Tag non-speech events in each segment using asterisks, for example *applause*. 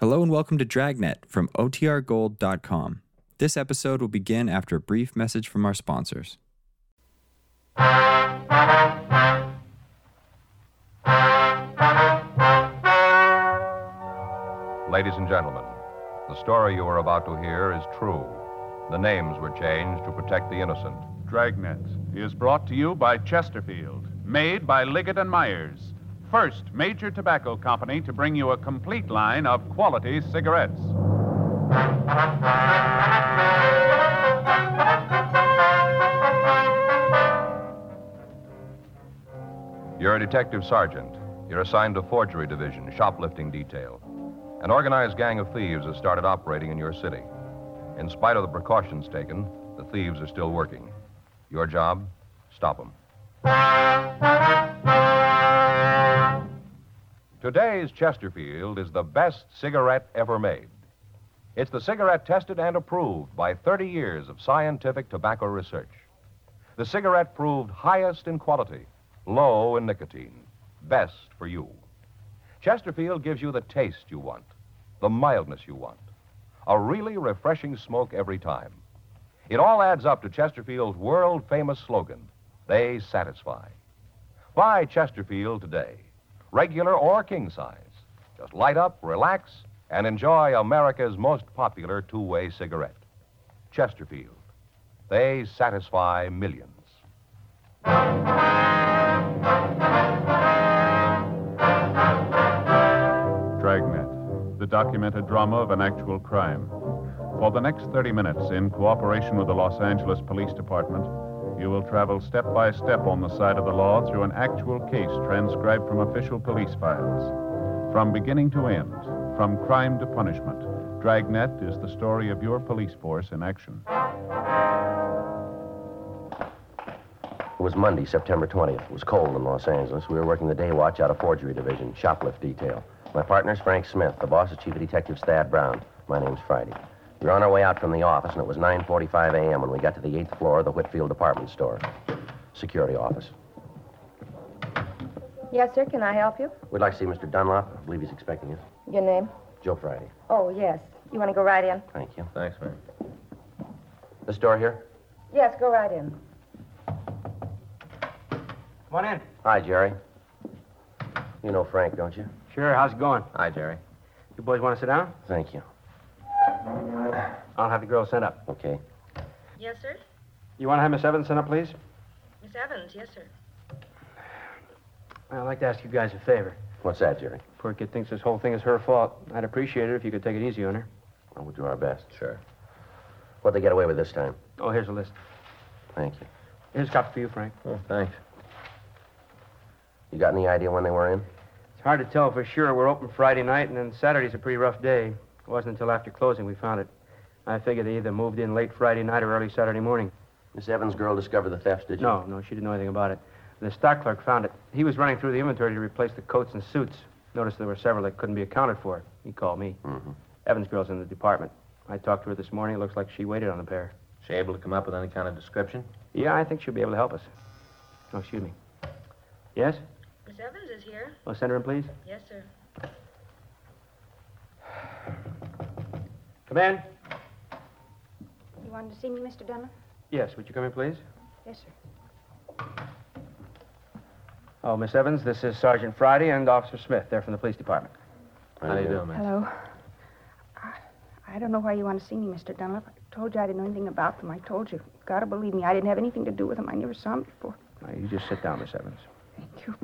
Hello and welcome to Dragnet from OTRGold.com. This episode will begin after a brief message from our sponsors. Ladies and gentlemen, the story you are about to hear is true. The names were changed to protect the innocent. Dragnet is brought to you by Chesterfield, made by Liggett and Myers, first major tobacco company to bring you a complete line of quality cigarettes. You're a detective sergeant. You're assigned to forgery division, shoplifting detail. An organized gang of thieves has started operating in your city. In spite of the precautions taken, the thieves are still working. Your job? Stop them. Today's Chesterfield is the best cigarette ever made. It's the cigarette tested and approved by 30 years of scientific tobacco research. The cigarette proved highest in quality, low in nicotine, best for you. Chesterfield gives you the taste you want, the mildness you want, a really refreshing smoke every time. It all adds up to Chesterfield's world famous slogan they satisfy. Buy Chesterfield today, regular or king size. Just light up, relax, and enjoy America's most popular two way cigarette Chesterfield. They satisfy millions. Dragnet, the documented drama of an actual crime. For the next 30 minutes, in cooperation with the Los Angeles Police Department, you will travel step by step on the side of the law through an actual case transcribed from official police files. From beginning to end, from crime to punishment, Dragnet is the story of your police force in action. It was Monday, September 20th. It was cold in Los Angeles. We were working the day watch out of forgery division, shoplift detail. My partner's Frank Smith. The boss is Chief of Detectives Thad Brown. My name's Friday. We were on our way out from the office, and it was 9.45 a.m. when we got to the 8th floor of the Whitfield Department Store. Security office. Yes, sir. Can I help you? We'd like to see Mr. Dunlop. I believe he's expecting us. Your name? Joe Friday. Oh, yes. You want to go right in? Thank you. Thanks, man. This door here? Yes, go right in. Come on in. Hi, Jerry. You know Frank, don't you? Sure, how's it going? Hi, Jerry. You boys want to sit down? Thank you. I'll have the girls sent up. Okay. Yes, sir. You want to have Miss Evans sent up, please? Miss Evans, yes, sir. I'd like to ask you guys a favor. What's that, Jerry? Poor kid thinks this whole thing is her fault. I'd appreciate it if you could take it easy on her. Well, we'll do our best. Sure. What'd they get away with this time? Oh, here's a list. Thank you. Here's a copy for you, Frank. Oh, thanks. You got any idea when they were in? It's hard to tell for sure. We're open Friday night, and then Saturday's a pretty rough day. It wasn't until after closing we found it. I figured they either moved in late Friday night or early Saturday morning. Miss Evans' girl discovered the thefts, did you? No, no, she didn't know anything about it. The stock clerk found it. He was running through the inventory to replace the coats and suits. Noticed there were several that couldn't be accounted for. He called me. Mm-hmm. Mhm. Evans' girl's in the department. I talked to her this morning. It looks like she waited on the pair. She able to come up with any kind of description? Yeah, I think she'll be able to help us. Oh, excuse me. Yes? Miss Evans is here. Oh, send her in, please. Yes, sir. Come in. You wanted to see me, Mr. Dunlap? Yes, would you come in, please? Yes, sir. Oh, Miss Evans, this is Sergeant Friday and Officer Smith. They're from the police department. How do you do, man? Hello. I, I don't know why you want to see me, Mr. Dunlap. I told you I didn't know anything about them. I told you. You gotta believe me. I didn't have anything to do with them. I never saw them before. Now, you just sit down, Miss Evans. Thank you.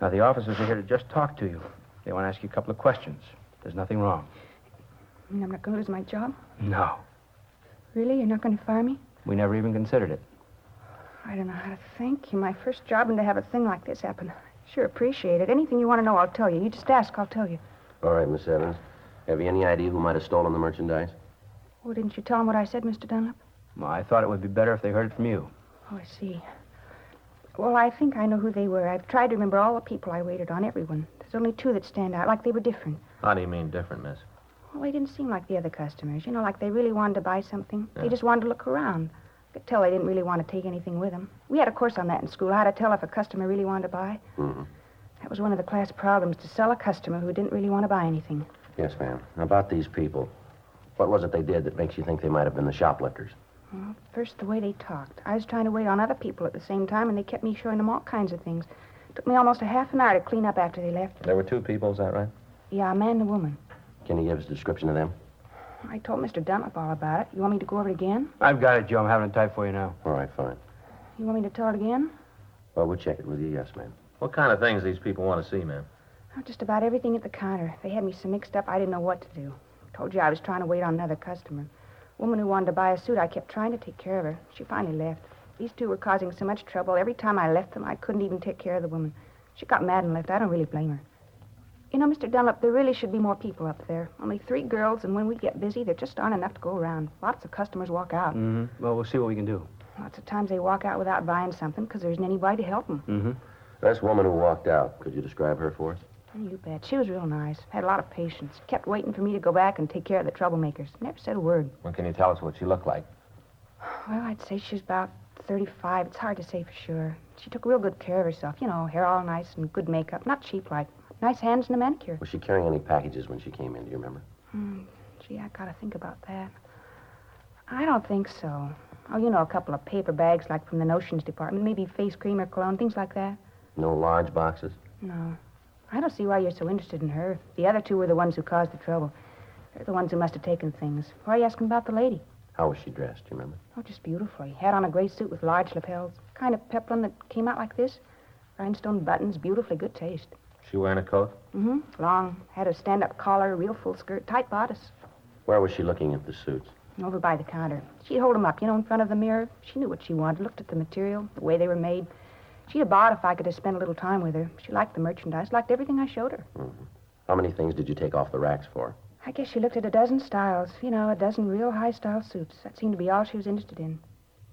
Now, the officers are here to just talk to you. They want to ask you a couple of questions. There's nothing wrong. I mean, I'm not gonna lose my job. No. Really? You're not gonna fire me? We never even considered it. I don't know how to thank you. My first job, and to have a thing like this happen. Sure, appreciate it. Anything you want to know, I'll tell you. You just ask, I'll tell you. All right, Miss Evans. Have you any idea who might have stolen the merchandise? Oh, didn't you tell them what I said, Mr. Dunlap? Well, I thought it would be better if they heard it from you. Oh, I see. Well, I think I know who they were. I've tried to remember all the people I waited on, everyone. There's only two that stand out, like they were different. How do you mean different, miss? Well, they didn't seem like the other customers, you know, like they really wanted to buy something. They just wanted to look around. I could tell they Mm-hmm. didn't really want to take anything with them. We had a course on that in school, how to tell if a customer really wanted to buy. Mhm. That was one of the class problems to sell a customer who didn't really want to buy anything. Yes, ma'am. Now, About these people, what was it they did that makes you think they might have been the shoplifters? First, the way they talked. I was trying to wait on other people at the same time, and they kept me showing them all kinds of things. Took me almost a half an hour to clean up after they left. There were two people, is that right? Yeah, a man and a woman. Can you give us a description of them? I told Mr. Dunlap all about it. You want me to go over it again? I've got it, Joe. I'm having it typed for you now. All right, fine. You want me to tell it again? Well, we'll check it with you, yes, ma'am. What kind of things these people want to see, ma'am? Oh, Just about everything at the counter. They had me so mixed up, I didn't know what to do. Told you I was trying to wait on another customer. Woman who wanted to buy a suit, I kept trying to take care of her. She finally left. These two were causing so much trouble. Every time I left them, I couldn't even take care of the woman. She got mad and left. I don't really blame her. You know, Mr. Dunlap, there really should be more people up there. Only three girls, and when we get busy, there just aren't enough to go around. Lots of customers walk out. Mm-hmm. Well, we'll see what we can do. Lots of times they walk out without buying something because there isn't anybody to help them. This woman who walked out, could you describe her for us? You bet. She was real nice. Had a lot of patience. Kept waiting for me to go back and take care of the troublemakers. Never said a word. Well, can you tell us what she looked like? Well, I'd say she was about 35. It's hard to say for sure. She took real good care of herself. You know, hair all nice and good makeup. Not cheap like. Nice hands and a manicure. Was she carrying any packages when she came in? Do you remember? Gee, I gotta think about that. I don't think so. Oh, you know, a couple of paper bags like from the notions department. Maybe face cream or cologne, things like that. No large boxes? No. I don't see why you're so interested in her. The other two were the ones who caused the trouble. They're the ones who must have taken things. Why are you asking about the lady? How was she dressed? Do you remember? Oh, just beautifully. Had on a gray suit with large lapels. Kind of peplum that came out like this. Rhinestone buttons, beautifully good taste. She wearing a coat? Mm-hmm. Long. Had a stand-up collar, real full skirt, tight bodice. Where was she looking at the suits? Over by the counter. She'd hold 'em up, you know, in front of the mirror. She knew what she wanted, looked at the material, the way they were made. She'd have bought if I could have spent a little time with her. She liked the merchandise, liked everything I showed her. How many things did you take off the racks for? I guess she looked at a dozen styles, you know, a dozen real high-style suits. That seemed to be all she was interested in.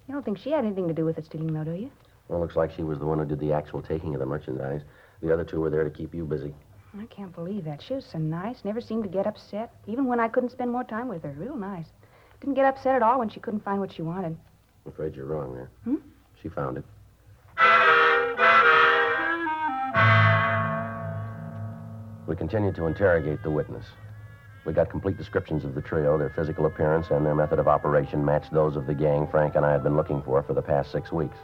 You don't think she had anything to do with the stealing, though, do you? Well, looks like she was the one who did the actual taking of the merchandise. The other two were there to keep you busy. I can't believe that. She was so nice, never seemed to get upset, even when I couldn't spend more time with her. Real nice. Didn't get upset at all when she couldn't find what she wanted. I'm afraid you're wrong there. Hmm? She found it. We continued to interrogate the witness. We got complete descriptions of the trio. Their physical appearance and their method of operation matched those of the gang Frank and I had been looking for for the past six weeks.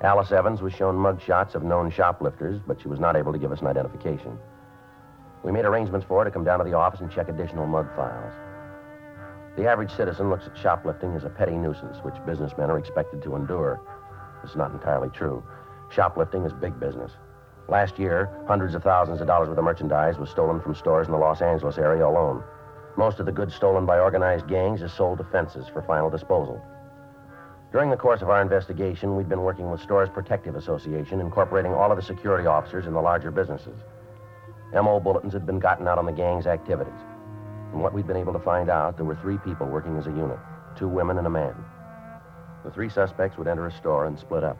Alice Evans was shown mugshots of known shoplifters, but she was not able to give us an identification. We made arrangements for her to come down to the office and check additional mug files. The average citizen looks at shoplifting as a petty nuisance which businessmen are expected to endure. This is not entirely true. Shoplifting is big business. Last year, hundreds of thousands of dollars worth of merchandise was stolen from stores in the Los Angeles area alone. Most of the goods stolen by organized gangs is sold to fences for final disposal. During the course of our investigation, we'd been working with Stores Protective Association, incorporating all of the security officers in the larger businesses. MO bulletins had been gotten out on the gang's activities. From what we'd been able to find out, there were three people working as a unit two women and a man. The three suspects would enter a store and split up.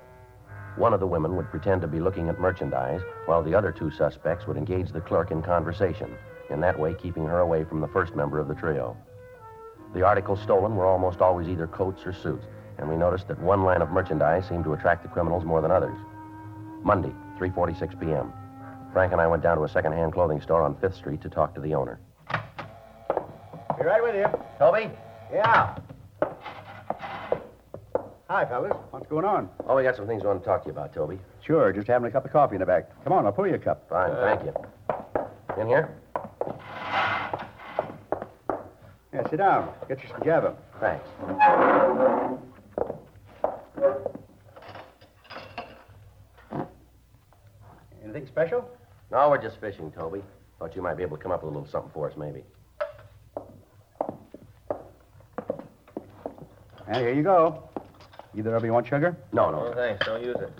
One of the women would pretend to be looking at merchandise, while the other two suspects would engage the clerk in conversation, in that way keeping her away from the first member of the trio. The articles stolen were almost always either coats or suits, and we noticed that one line of merchandise seemed to attract the criminals more than others. Monday, 3:46 p.m. Frank and I went down to a second-hand clothing store on 5th Street to talk to the owner. Be right with you. Toby? Yeah. Hi, fellas. What's going on? Oh, we got some things we want to talk to you about, Toby. Sure, just having a cup of coffee in the back. Come on, I'll pour you a cup. Fine, Uh, thank you. In here? Yeah, sit down. Get you some java. Thanks. Anything special? No, we're just fishing, Toby. Thought you might be able to come up with a little something for us, maybe. And here you go. Either of you want sugar? No, Oh, no. thanks. Don't use it.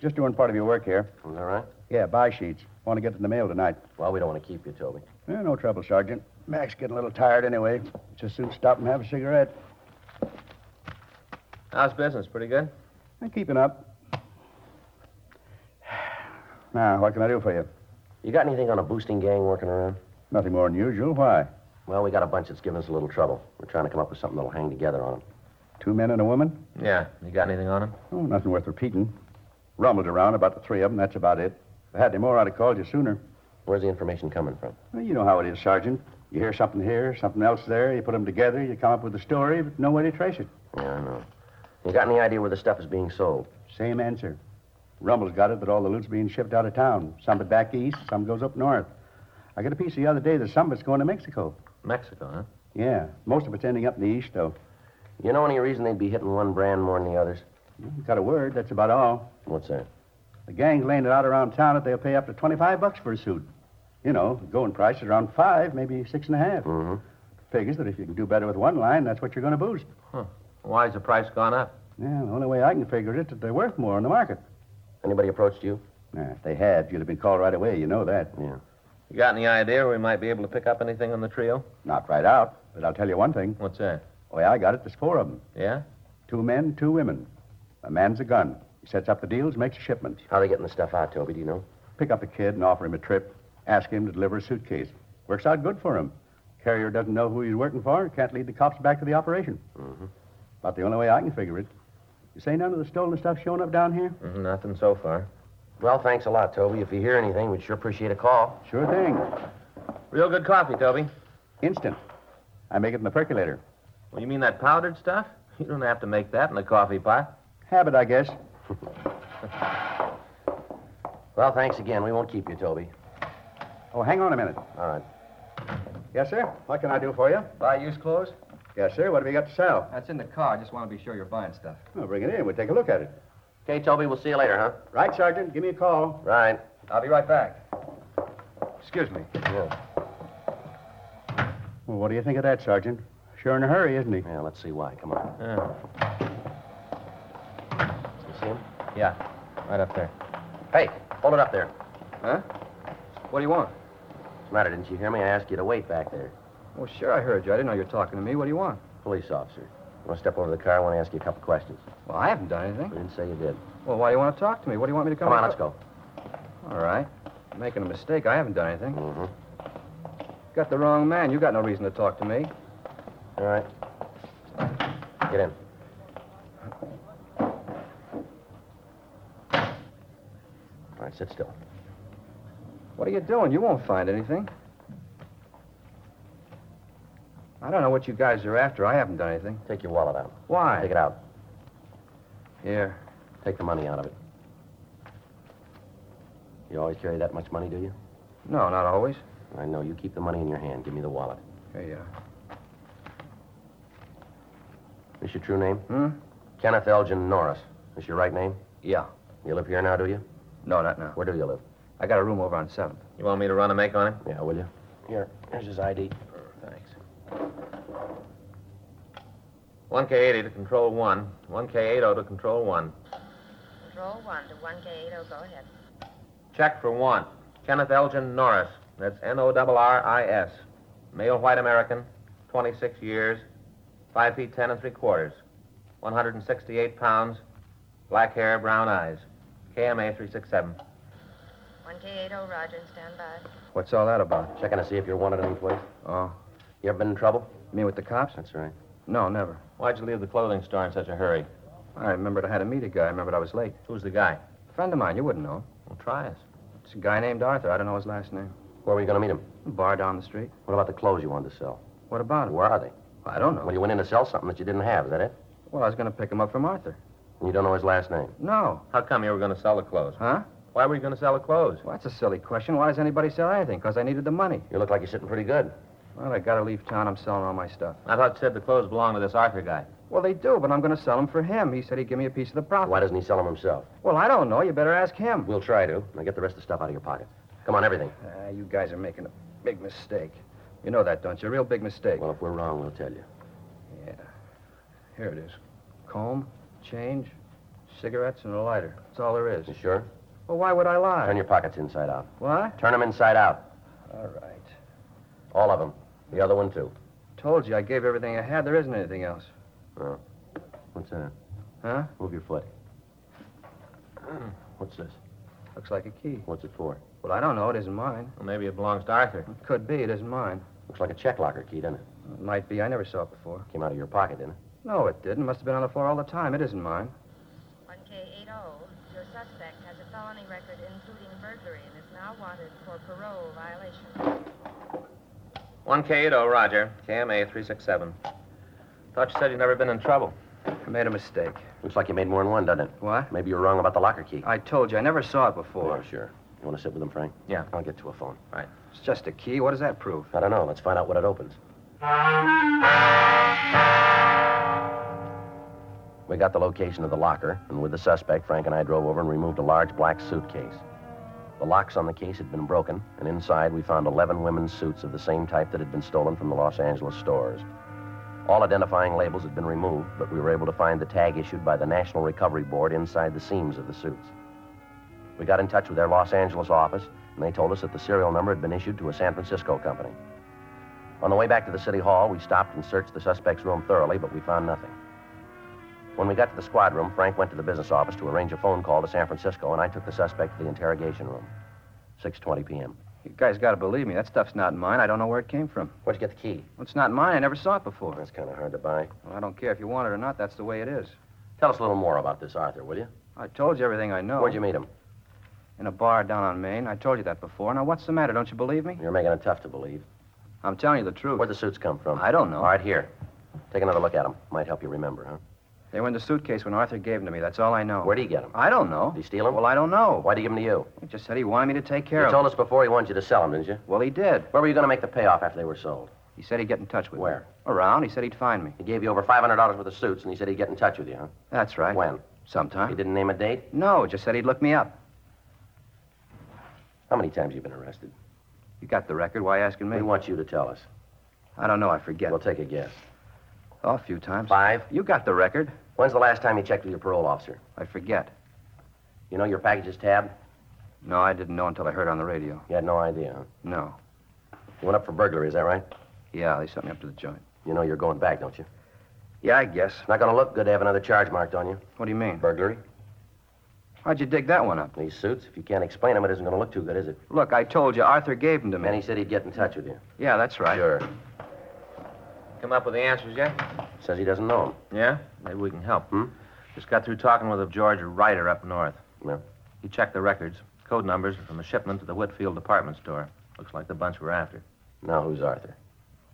Just doing part of your work here. Is that right? Yeah, buy sheets. Want to get in the mail tonight. Well, we don't want to keep you, Toby. Yeah, no trouble, Sergeant. Mac's getting a little tired anyway. Just soon stop and have a cigarette. How's business? Pretty good? I'm keeping up. Now, what can I do for you? You got anything on a boosting gang working around? Nothing more than usual. Why? Well, we got a bunch that's giving us a little trouble. We're trying to come up with something that'll hang together on them. Two men and a woman? Yeah. You got anything on him? Oh, nothing worth repeating. Rumbled around about the three of them. That's about it. If I had any more, I'd have called you sooner. Where's the information coming from? Well, you know how it is, Sergeant. You hear something here, something else there. You put them together, you come up with a story, but no way to trace it. Yeah, I know. You got any idea where the stuff is being sold? Same answer. Rumble's got it, but all the loot's being shipped out of town. Some but back east, some goes up north. I got a piece the other day that some of it's going to Mexico. Mexico, huh? Yeah, most of it's ending up in the east, though. You know any reason they'd be hitting one brand more than the others? Got a word, that's about all. What's that? The gang's laying it out around town that they'll pay up to 25 bucks for a suit. You know, the going price is around five, maybe six and a half. Mhm. Figures that if you can do better with one line, that's what you're going to boost. Why's the price gone up? Yeah, the only way I can figure it is that they're worth more on the market. Anybody approached you? Now, if they had, you'd have been called right away. You know that. You got any idea we might be able to pick up anything on the trio? Not right out, but I'll tell you one thing. What's that? The way I got it, there's four of them. Yeah? Two men, two women. A man's a gun. He sets up the deals, makes a shipment. How they getting the stuff out, Toby? Do you know? Pick up a kid and offer him a trip. Ask him to deliver a suitcase. Works out good for him. Carrier doesn't know who he's working for. Can't lead the cops back to the operation. Mm-hmm. About the only way I can figure it. You say none of the stolen stuff showing up down here? Mm, Nothing so far. Well, thanks a lot, Toby. If you hear anything, we'd sure appreciate a call. Sure thing. Real good coffee, Toby. Instant. I make it in the percolator. Well, you mean that powdered stuff? *laughs* You don't have to make that in a coffee pot. Habit, I guess. Well, thanks again. We won't keep you, Toby. Oh, hang on a minute. All right. Yes, sir. What can I do for you? Buy used clothes? Yes, sir. What have you got to sell? That's in the car. Just want to be sure you're buying stuff. Well, bring it in. We'll take a look at it. Okay, Toby, we'll see you later, huh? Right, Sergeant. Give me a call. Right. I'll be right back. Excuse me. Yeah. Well, what do you think of that, Sergeant? Sure in a hurry, isn't he? Yeah, let's see why. Come on. Yeah. You see him? Yeah, right up there. Hey, hold it up there. Huh? What do you want? What's the matter? Didn't you hear me? I asked you to wait back there. Well, sure, I heard you. I didn't know you were talking to me. What do you want? Police officer. You want to step over to the car? I want to ask you a couple questions. Well, I haven't done anything. I didn't say you did. Well, why do you want to talk to me? What do you want me to come Come on, let's go. All right. You're making a mistake. I haven't done anything. Mm-hmm. Got the wrong man. You got no reason to talk to me. All right. Get in. All right, sit still. What are you doing? You won't find anything. I don't know what you guys are after. I haven't done anything. Take your wallet out. Take Why? it out. Here. Take the money out of it. You always carry that much money, do you? No, not always. I know. You keep the money in your hand. Give me the wallet. Here you are. This your true name? Hmm? Kenneth Elgin Norris. This your right name? Yeah. You live here now, do you? No, not now. Where do you live? I got a room over on 7th. You want me to run a make on him? Yeah, will you? Here. Here's his ID. Thanks. 1K80 to control 1. 1K80 to control 1. Control 1 to 1K80, oh, go ahead. Check for 1. Kenneth Elgin Norris. That's N O R R I S. Male white American, 26 years, 5 feet 10 and 3 quarters, 168 pounds, black hair, brown eyes. KMA 367. 1K80, oh, roger, stand by. What's all that about? Checking to see if you're wanted any place. Oh, You ever been in trouble? me with the cops? That's right. No, never. Why'd you leave the clothing store in such a hurry? I remembered I had to meet a guy. I remembered I was late. Who's the guy? A friend of mine, you wouldn't know. him. Well, try us. It's a guy named Arthur. I don't know his last name. Where were you going to meet him? Bar down the street. What about the clothes you wanted to sell? What about him? Where are they? I don't know. Well, you went in to sell something that you didn't have, is that it? Well, I was going to pick him up from Arthur. And you don't know his last name. No. How come you were going to sell the clothes? Huh? Why were you going to sell the clothes? Well, that's a silly question. Why does anybody sell anything? Because I needed the money. You look like you're sitting pretty good. Well, I got to leave town. I'm selling all my stuff. I thought you said the clothes belonged to this Arthur guy. Well, they do, but I'm going to sell them for him. He said he'd give me a piece of the profit. Why doesn't he sell them himself? Well, I don't know. You better ask him. We'll try to. Now get the rest of the stuff out of your pocket. Come on, everything. Ah, you guys are making a big mistake. You know that, don't you? A real big mistake. Well, if we're wrong, we'll tell you. Yeah. Here it is. Comb, change, cigarettes, and a lighter. That's all there is. You sure? Well, why would I lie? Turn your pockets inside out. What? Turn them inside out. All right. All of them. The other one, too. Told you I gave everything I had. There isn't anything else. What's that? Huh? Move your foot. *clears throat* What's this? Looks like a key. What's it for? Well, I don't know. It isn't mine. Well, maybe it belongs to Arthur. It could be. It isn't mine. Looks like a check locker key, doesn't it? It might be. I never saw it before. Came out of your pocket, didn't it? No, it didn't. Must have been on the floor all the time. It isn't mine. 1K80, you're oh, suspect has a felony record including burglary and is now wanted for parole violation. 1K80, oh, Roger. KMA 367. Thought you said you'd never been in trouble. I made a mistake. Looks like you made more than one, doesn't it? What? Maybe you were wrong about the locker key. I told you, I never saw it before. Oh, sure. You want to sit with him, Frank? Yeah. I'll get you a phone. It's just a key. What does that prove? I don't know. Let's find out what it opens. We got the location of the locker, and with the suspect, Frank and I drove over and removed a large black suitcase. The locks on the case had been broken, and inside we found 11 women's suits of the same type that had been stolen from the Los Angeles stores. All identifying labels had been removed, but we were able to find the tag issued by the National Recovery Board inside the seams of the suits. We got in touch with their Los Angeles office, and they told us that the serial number had been issued to a San Francisco company. On the way back to the city hall, we stopped and searched the suspect's room thoroughly, but we found nothing. When we got to the squad room, Frank went to the business office to arrange a phone call to San Francisco, and I took the suspect to the interrogation room. 6:20 p.m. You guys gotta believe me. That stuff's not mine. I don't know where it came from. Where'd you get the key? Well, it's not mine. I never saw it before. That's kind of hard to buy. Well, I don't care if you want it or not. That's the way it is. Tell us a little more about this, Arthur, will you? I told you everything I know. Where'd you meet him? In a bar down on Main. I told you that before. Now, what's the matter? Don't you believe me? You're making it tough to believe. I'm telling you the truth. Where'd the suits come from? I don't know. All right, here. Take another look at them. Might help you remember, huh? They were in the suitcase when Arthur gave them to me. That's all I know. Where'd he get them? I don't know. Did he steal them? Well, I don't know. Why'd he give them to you? He just said he wanted me to take care You of told us before he wanted you to sell them, didn't you? Well, he did. Where were you going to make the payoff after they were sold? He said he'd get in touch with me. Where? Around. He said he'd find me. He gave you over $500 worth of suits, and he said he'd get in touch with you, huh? That's right. When? Sometime. He didn't name a date? No, just said he'd look me up. How many times you been arrested? You got the record. Why asking me? We want you to tell us. I don't know. I forget. We'll take a guess. oh, a few times. Five? You got the record. When's the last time you checked with your parole officer? I forget. You know your packages tab? No, I didn't know until I heard on the radio. You had no idea, huh? No. You went up for burglary, is that right? Yeah, they sent me up to the joint. You know you're going back, don't you? Yeah, I guess. It's not going to look good to have another charge marked on you. What do you mean? Burglary? How'd you dig that one up? These suits, if you can't explain them, it isn't going to look too good, is it? Look, I told you Arthur gave them to me. And he said he'd get in touch with you. Yeah, that's right. Sure. Come up with the answers yet? Says he doesn't know him. Yeah? Maybe we can help. Hmm? Just got through talking with a George Ryder up north. Yeah. He checked the records. Code numbers from a shipment to the Whitfield department store. Looks like the bunch we're after. Now, who's Arthur?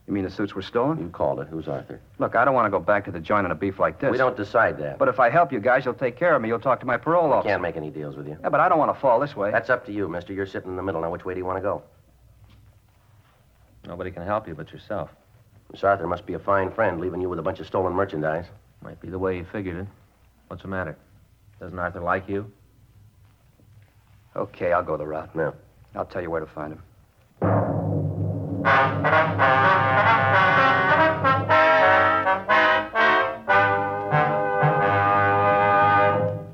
You mean the suits were stolen? You called it. Who's Arthur? Look, I don't want to go back to the joint on a beef like this. We don't decide that. But if I help you guys, you'll take care of me. You'll talk to my parole officer. can't make any deals with you. Yeah, but I don't want to fall this way. That's up to you, mister. You're sitting in the middle. Now, which way do you want to go? Nobody can help you but yourself. Miss Arthur must be a fine friend, leaving you with a bunch of stolen merchandise. Might be the way he figured it. What's the matter? Doesn't Arthur like you? Okay, I'll go the route. No. I'll tell you where to find him.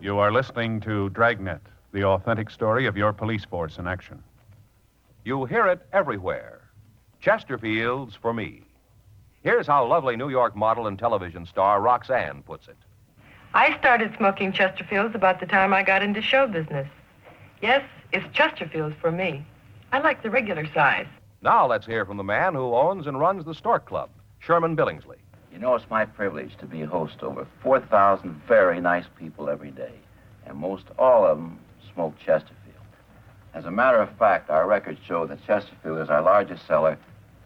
You are listening to Dragnet, the authentic story of your police force in action. You hear it everywhere. Chesterfield's for me. Here's how lovely New York model and television star Roxanne puts it. I started smoking Chesterfields about the time I got into show business. Yes, it's Chesterfields for me. I like the regular size. Now let's hear from the man who owns and runs the Stork Club, Sherman Billingsley. You know, it's my privilege to be host over 4,000 very nice people every day, and most all of them smoke Chesterfield. As a matter of fact, our records show that Chesterfield is our largest seller,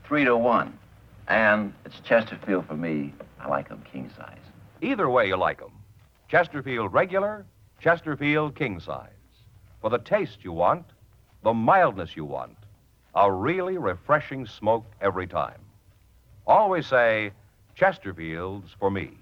three to one. And it's Chesterfield for me. I like them king size. Either way you like 'em, Chesterfield regular, Chesterfield king size. For the taste you want, the mildness you want, a really refreshing smoke every time. Always say, Chesterfield's for me.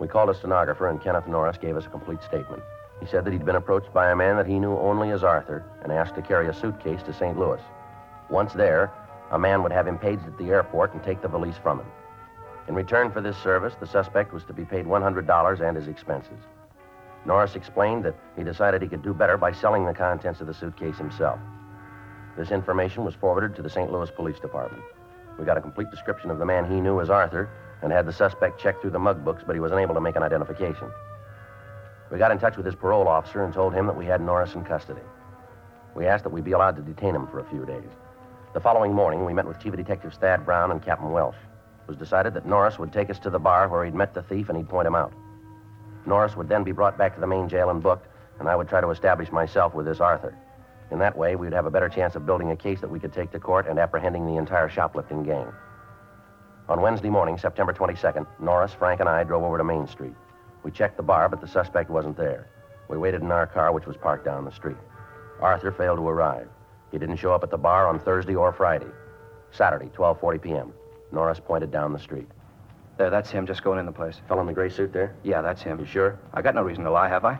We called a stenographer, and Kenneth Norris gave us a complete statement. He said that he'd been approached by a man that he knew only as Arthur and asked to carry a suitcase to St. Louis. Once there, a man would have him paged at the airport and take the valise from him. In return for this service, the suspect was to be paid $100 and his expenses. Norris explained that he decided he could do better by selling the contents of the suitcase himself. This information was forwarded to the St. Louis Police Department. We got a complete description of the man he knew as Arthur and had the suspect checked through the mug books, but he was unable to make an identification. We got in touch with his parole officer and told him that we had Norris in custody. We asked that we be allowed to detain him for a few days. The following morning, we met with Chief of Detectives Thad Brown and Captain Welsh. It was decided that Norris would take us to the bar where he'd met the thief and he'd point him out. Norris would then be brought back to the main jail and booked, and I would try to establish myself with this Arthur. In that way, we'd have a better chance of building a case that we could take to court and apprehending the entire shoplifting gang. On Wednesday morning, September 22nd, Norris, Frank, and I drove over to Main Street. We checked the bar, but the suspect wasn't there. We waited in our car, which was parked down the street. Arthur failed to arrive. He didn't show up at the bar on Thursday or Friday. Saturday, 12:40 p.m. Norris pointed down the street. There, that's him just going in the place. Fellow in the gray suit there? Yeah, that's him. You sure? I got no reason to lie, have I?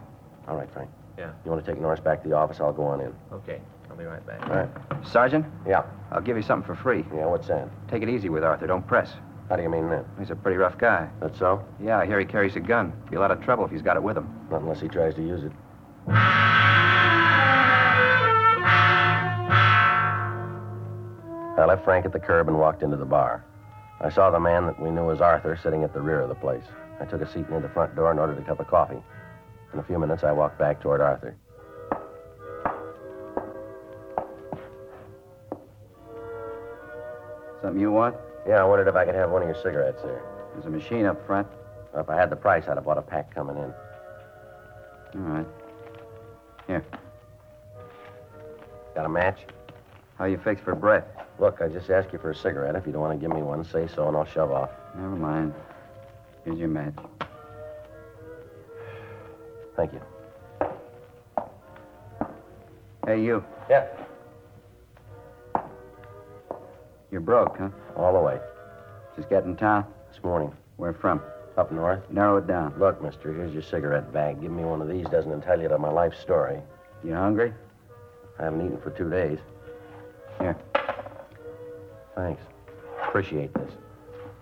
All right, Frank. Yeah. You want to take Norris back to the office? I'll go on in. Okay. I'll be right back. All right. Sergeant? Yeah. I'll give you something for free. Yeah, what's that? Take it easy with Arthur. Don't press. How do you mean that? He's a pretty rough guy. That's so? Yeah, I hear he carries a gun. Be a lot of trouble if he's got it with him. Not unless he tries to use it. I left Frank at the curb and walked into the bar. I saw the man that we knew as Arthur sitting at the rear of the place. I took a seat near the front door and ordered a cup of coffee. In a few minutes, I walked back toward Arthur. Something you want? Yeah, I wondered if I could have one of your cigarettes there. There's a machine up front. Well, if I had the price, I'd have bought a pack coming in. All right. Here. Got a match? How you fixed for breath? Look, I just asked you for a cigarette. If you don't want to give me one, say so and I'll shove off. Never mind. Here's your match. Thank you. Hey, you. Yeah. You're broke, huh? All the way. Just got in town? This morning. Where from? Up north. Narrow it down. Look, mister, here's your cigarette bag. Give me one of these. Doesn't entitle you to my life story. You hungry? I haven't eaten for two days. Here. Thanks. Appreciate this.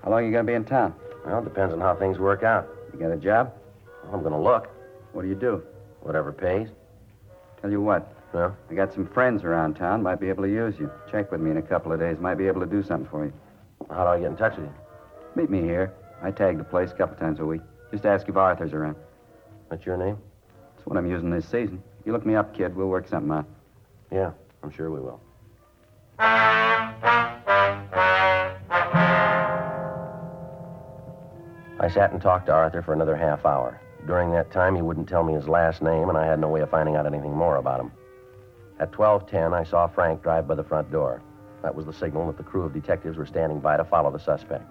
How long you gonna be in town? Well, it depends on how things work out. You got a job? Well, I'm going to look. What do you do? Whatever pays. Tell you what, No? I got some friends around town. Might be able to use you. Check with me in a couple of days. Might be able to do something for you. How do I get in touch with you? Meet me here. I tag the place a couple times a week. Just ask if Arthur's around. That's your name? That's what I'm using this season. You look me up, kid. We'll work something out. Yeah, I'm sure we will. I sat and talked to Arthur for another half hour. During that time, he wouldn't tell me his last name, and I had no way of finding out anything more about him. At 12:10, I saw Frank drive by the front door. That was the signal that the crew of detectives were standing by to follow the suspect.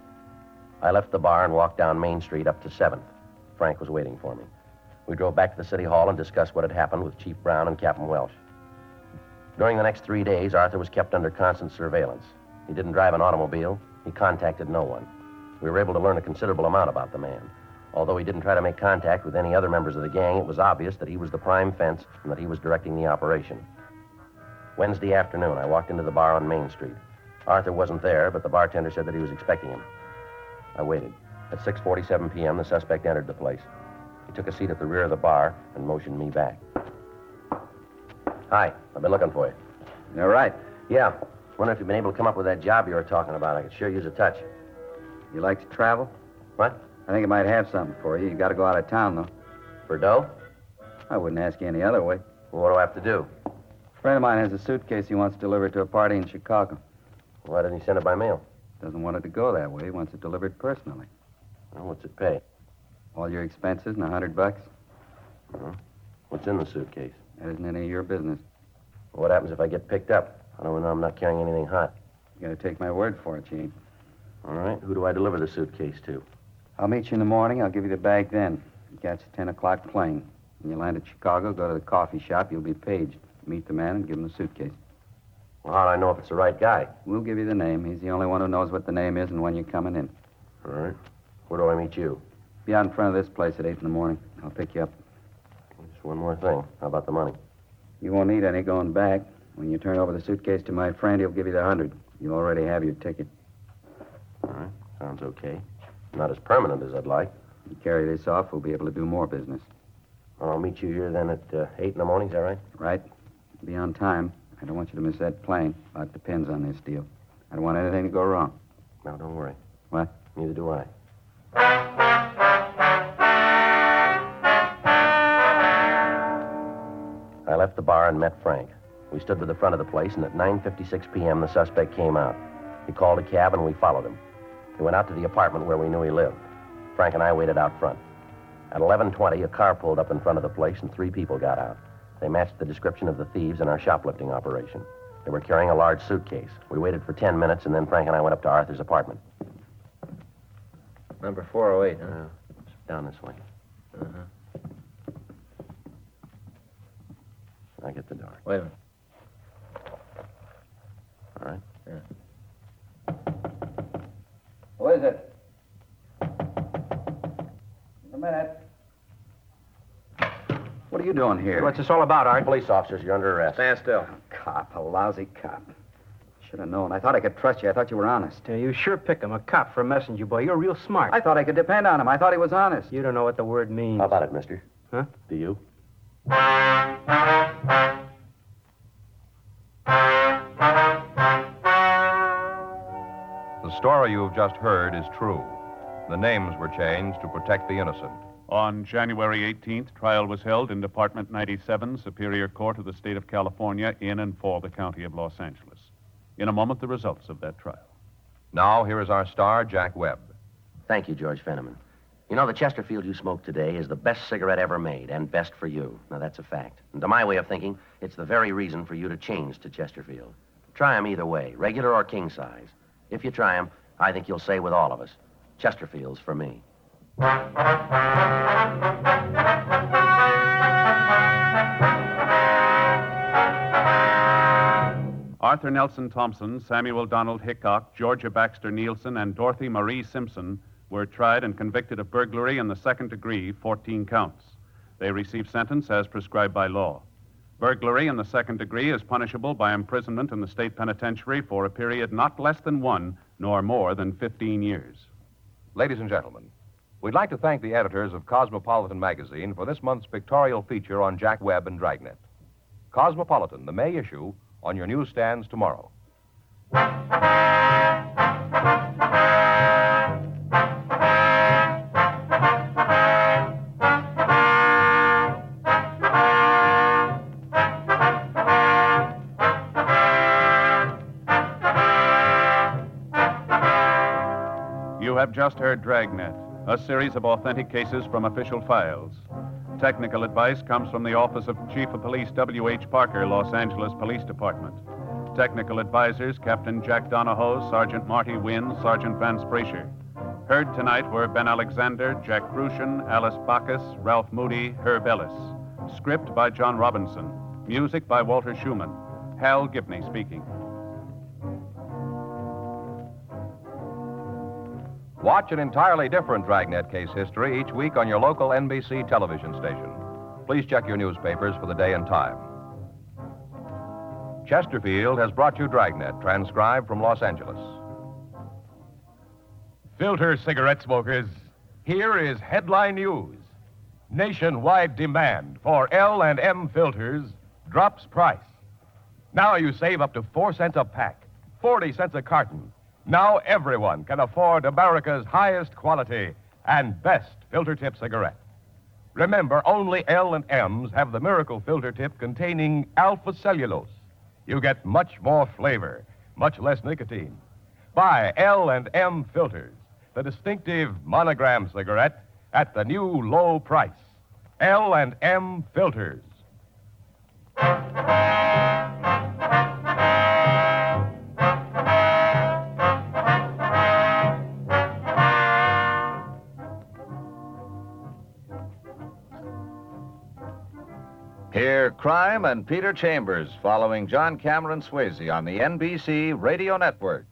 I left the bar and walked down Main Street up to 7th. Frank was waiting for me. We drove back to the city hall and discussed what had happened with Chief Brown and Captain Welsh. During the next three days, Arthur was kept under constant surveillance. He didn't drive an automobile. He contacted no one. We were able to learn a considerable amount about the man. Although he didn't try to make contact with any other members of the gang, it was obvious that he was the prime fence and that he was directing the operation. Wednesday afternoon, I walked into the bar on Main Street. Arthur wasn't there, but the bartender said that he was expecting him. I waited. At 6:47 p.m., the suspect entered the place. He took a seat at the rear of the bar and motioned me back. Hi, I've been looking for you. All right. Yeah. Wonder if you've been able to come up with that job you were talking about. I could sure use a touch. You like to travel? What? I think I might have something for you. You gotta go out of town, though. For dough? I wouldn't ask you any other way. Well, what do I have to do? A friend of mine has a suitcase he wants delivered to a party in Chicago. Why didn't he send it by mail? Doesn't want it to go that way. He wants it delivered personally. Well, what's it pay? All your expenses and a hundred bucks. What's in the suitcase? That isn't any of your business. What happens if I get picked up? I don't know I'm not carrying anything hot. You gotta take my word for it, you ain't. All right. Who do I deliver the suitcase to? I'll meet you in the morning. I'll give you the bag then. You got your 10 o'clock plane. When you land at Chicago, go to the coffee shop. You'll be paged. Meet the man and give him the suitcase. Well, how do I know if it's the right guy? We'll give you the name. He's the only one who knows what the name is and when you're coming in. All right. Where do I meet you? Be out in front of this place at 8 in the morning. I'll pick you up. Just one more thing. How about the money? You won't need any going back. When you turn over the suitcase to my friend, he'll give you the 100. You already have your ticket. All right. Sounds okay. Not as permanent as I'd like. You carry this off, we'll be able to do more business. Well, I'll meet you here then at uh, 8 in the morning. Is that right? Right? Be on time. I don't want you to miss that plane. A lot depends on this deal. I don't want anything to go wrong. No, don't worry. What? Neither do I. I left the bar and met Frank. We stood to the front of the place, and at 9.56 p.m., the suspect came out. He called a cab, and we followed him. He went out to the apartment where we knew he lived. Frank and I waited out front. At 11.20, a car pulled up in front of the place, and three people got out. They matched the description of the thieves in our shoplifting operation. They were carrying a large suitcase. We waited for 10 minutes, and then Frank and I went up to Arthur's apartment. Number 408, huh? Down this way. Uh-huh. I get the door. Wait a minute. All right. Who is it? In a minute. What are you doing here? What's this all about, Art? Police officers, you're under arrest. Stand still. Oh, Cop, a lousy cop. Should have known. I thought I could trust you. I thought you were honest. Yeah, you sure pick him, a cop for a messenger boy. You're real smart. I thought I could depend on him. I thought he was honest. You don't know what the word means. How about it, mister? Huh? Do you? The story you've just heard is true. The names were changed to protect the innocent. On January 18th, trial was held in Department 97, Superior Court of the State of California, in and for the County of Los Angeles. In a moment, the results of that trial. Now, here is our star, Jack Webb. Thank you, George Fenneman. You know, the Chesterfield you smoked today is the best cigarette ever made, and best for you. Now, that's a fact. And to my way of thinking, it's the very reason for you to change to Chesterfield. Try 'em either way, regular or king size. If you try 'em, I think you'll say with all of us, Chesterfield's for me. Arthur Nelson Thompson, Samuel Donald Hickok, Georgia Baxter Nielsen, and Dorothy Marie Simpson were tried and convicted of burglary in the second degree, 14 counts. They received sentence as prescribed by law. Burglary in the second degree is punishable by imprisonment in the state penitentiary for a period not less than one nor more than 15 years. Ladies and gentlemen, we'd like to thank the editors of Cosmopolitan Magazine for this month's pictorial feature on Jack Webb and Dragnet. Cosmopolitan, the May issue, on your newsstands tomorrow. You have just heard Dragnet, a series of authentic cases from official files. Technical advice comes from the Office of Chief of Police W.H. Parker, Los Angeles Police Department. Technical advisors Captain Jack Donahoe, Sergeant Marty Wynn, Sergeant Vance Brasher. Heard tonight were Ben Alexander, Jack Crucian, Alice Bacchus, Ralph Moody, Herb Ellis. Script by John Robinson. Music by Walter Schumann. Hal Gibney speaking. Watch an entirely different Dragnet case history each week on your local NBC television station. Please check your newspapers for the day and time. Chesterfield has brought you Dragnet, transcribed from Los Angeles. Filter cigarette smokers, here is headline news. Nationwide demand for L and M filters drops price. Now you save up to 4 cents a pack, 40 cents a carton. Now everyone can afford America's highest quality and best filter tip cigarette. Remember, only L and M's have the miracle filter tip containing alpha cellulose. You get much more flavor, much less nicotine. Buy L and M filters, the distinctive monogram cigarette at the new low price. L and M filters. Hear Crime and Peter Chambers following John Cameron Swayze on the NBC Radio Network.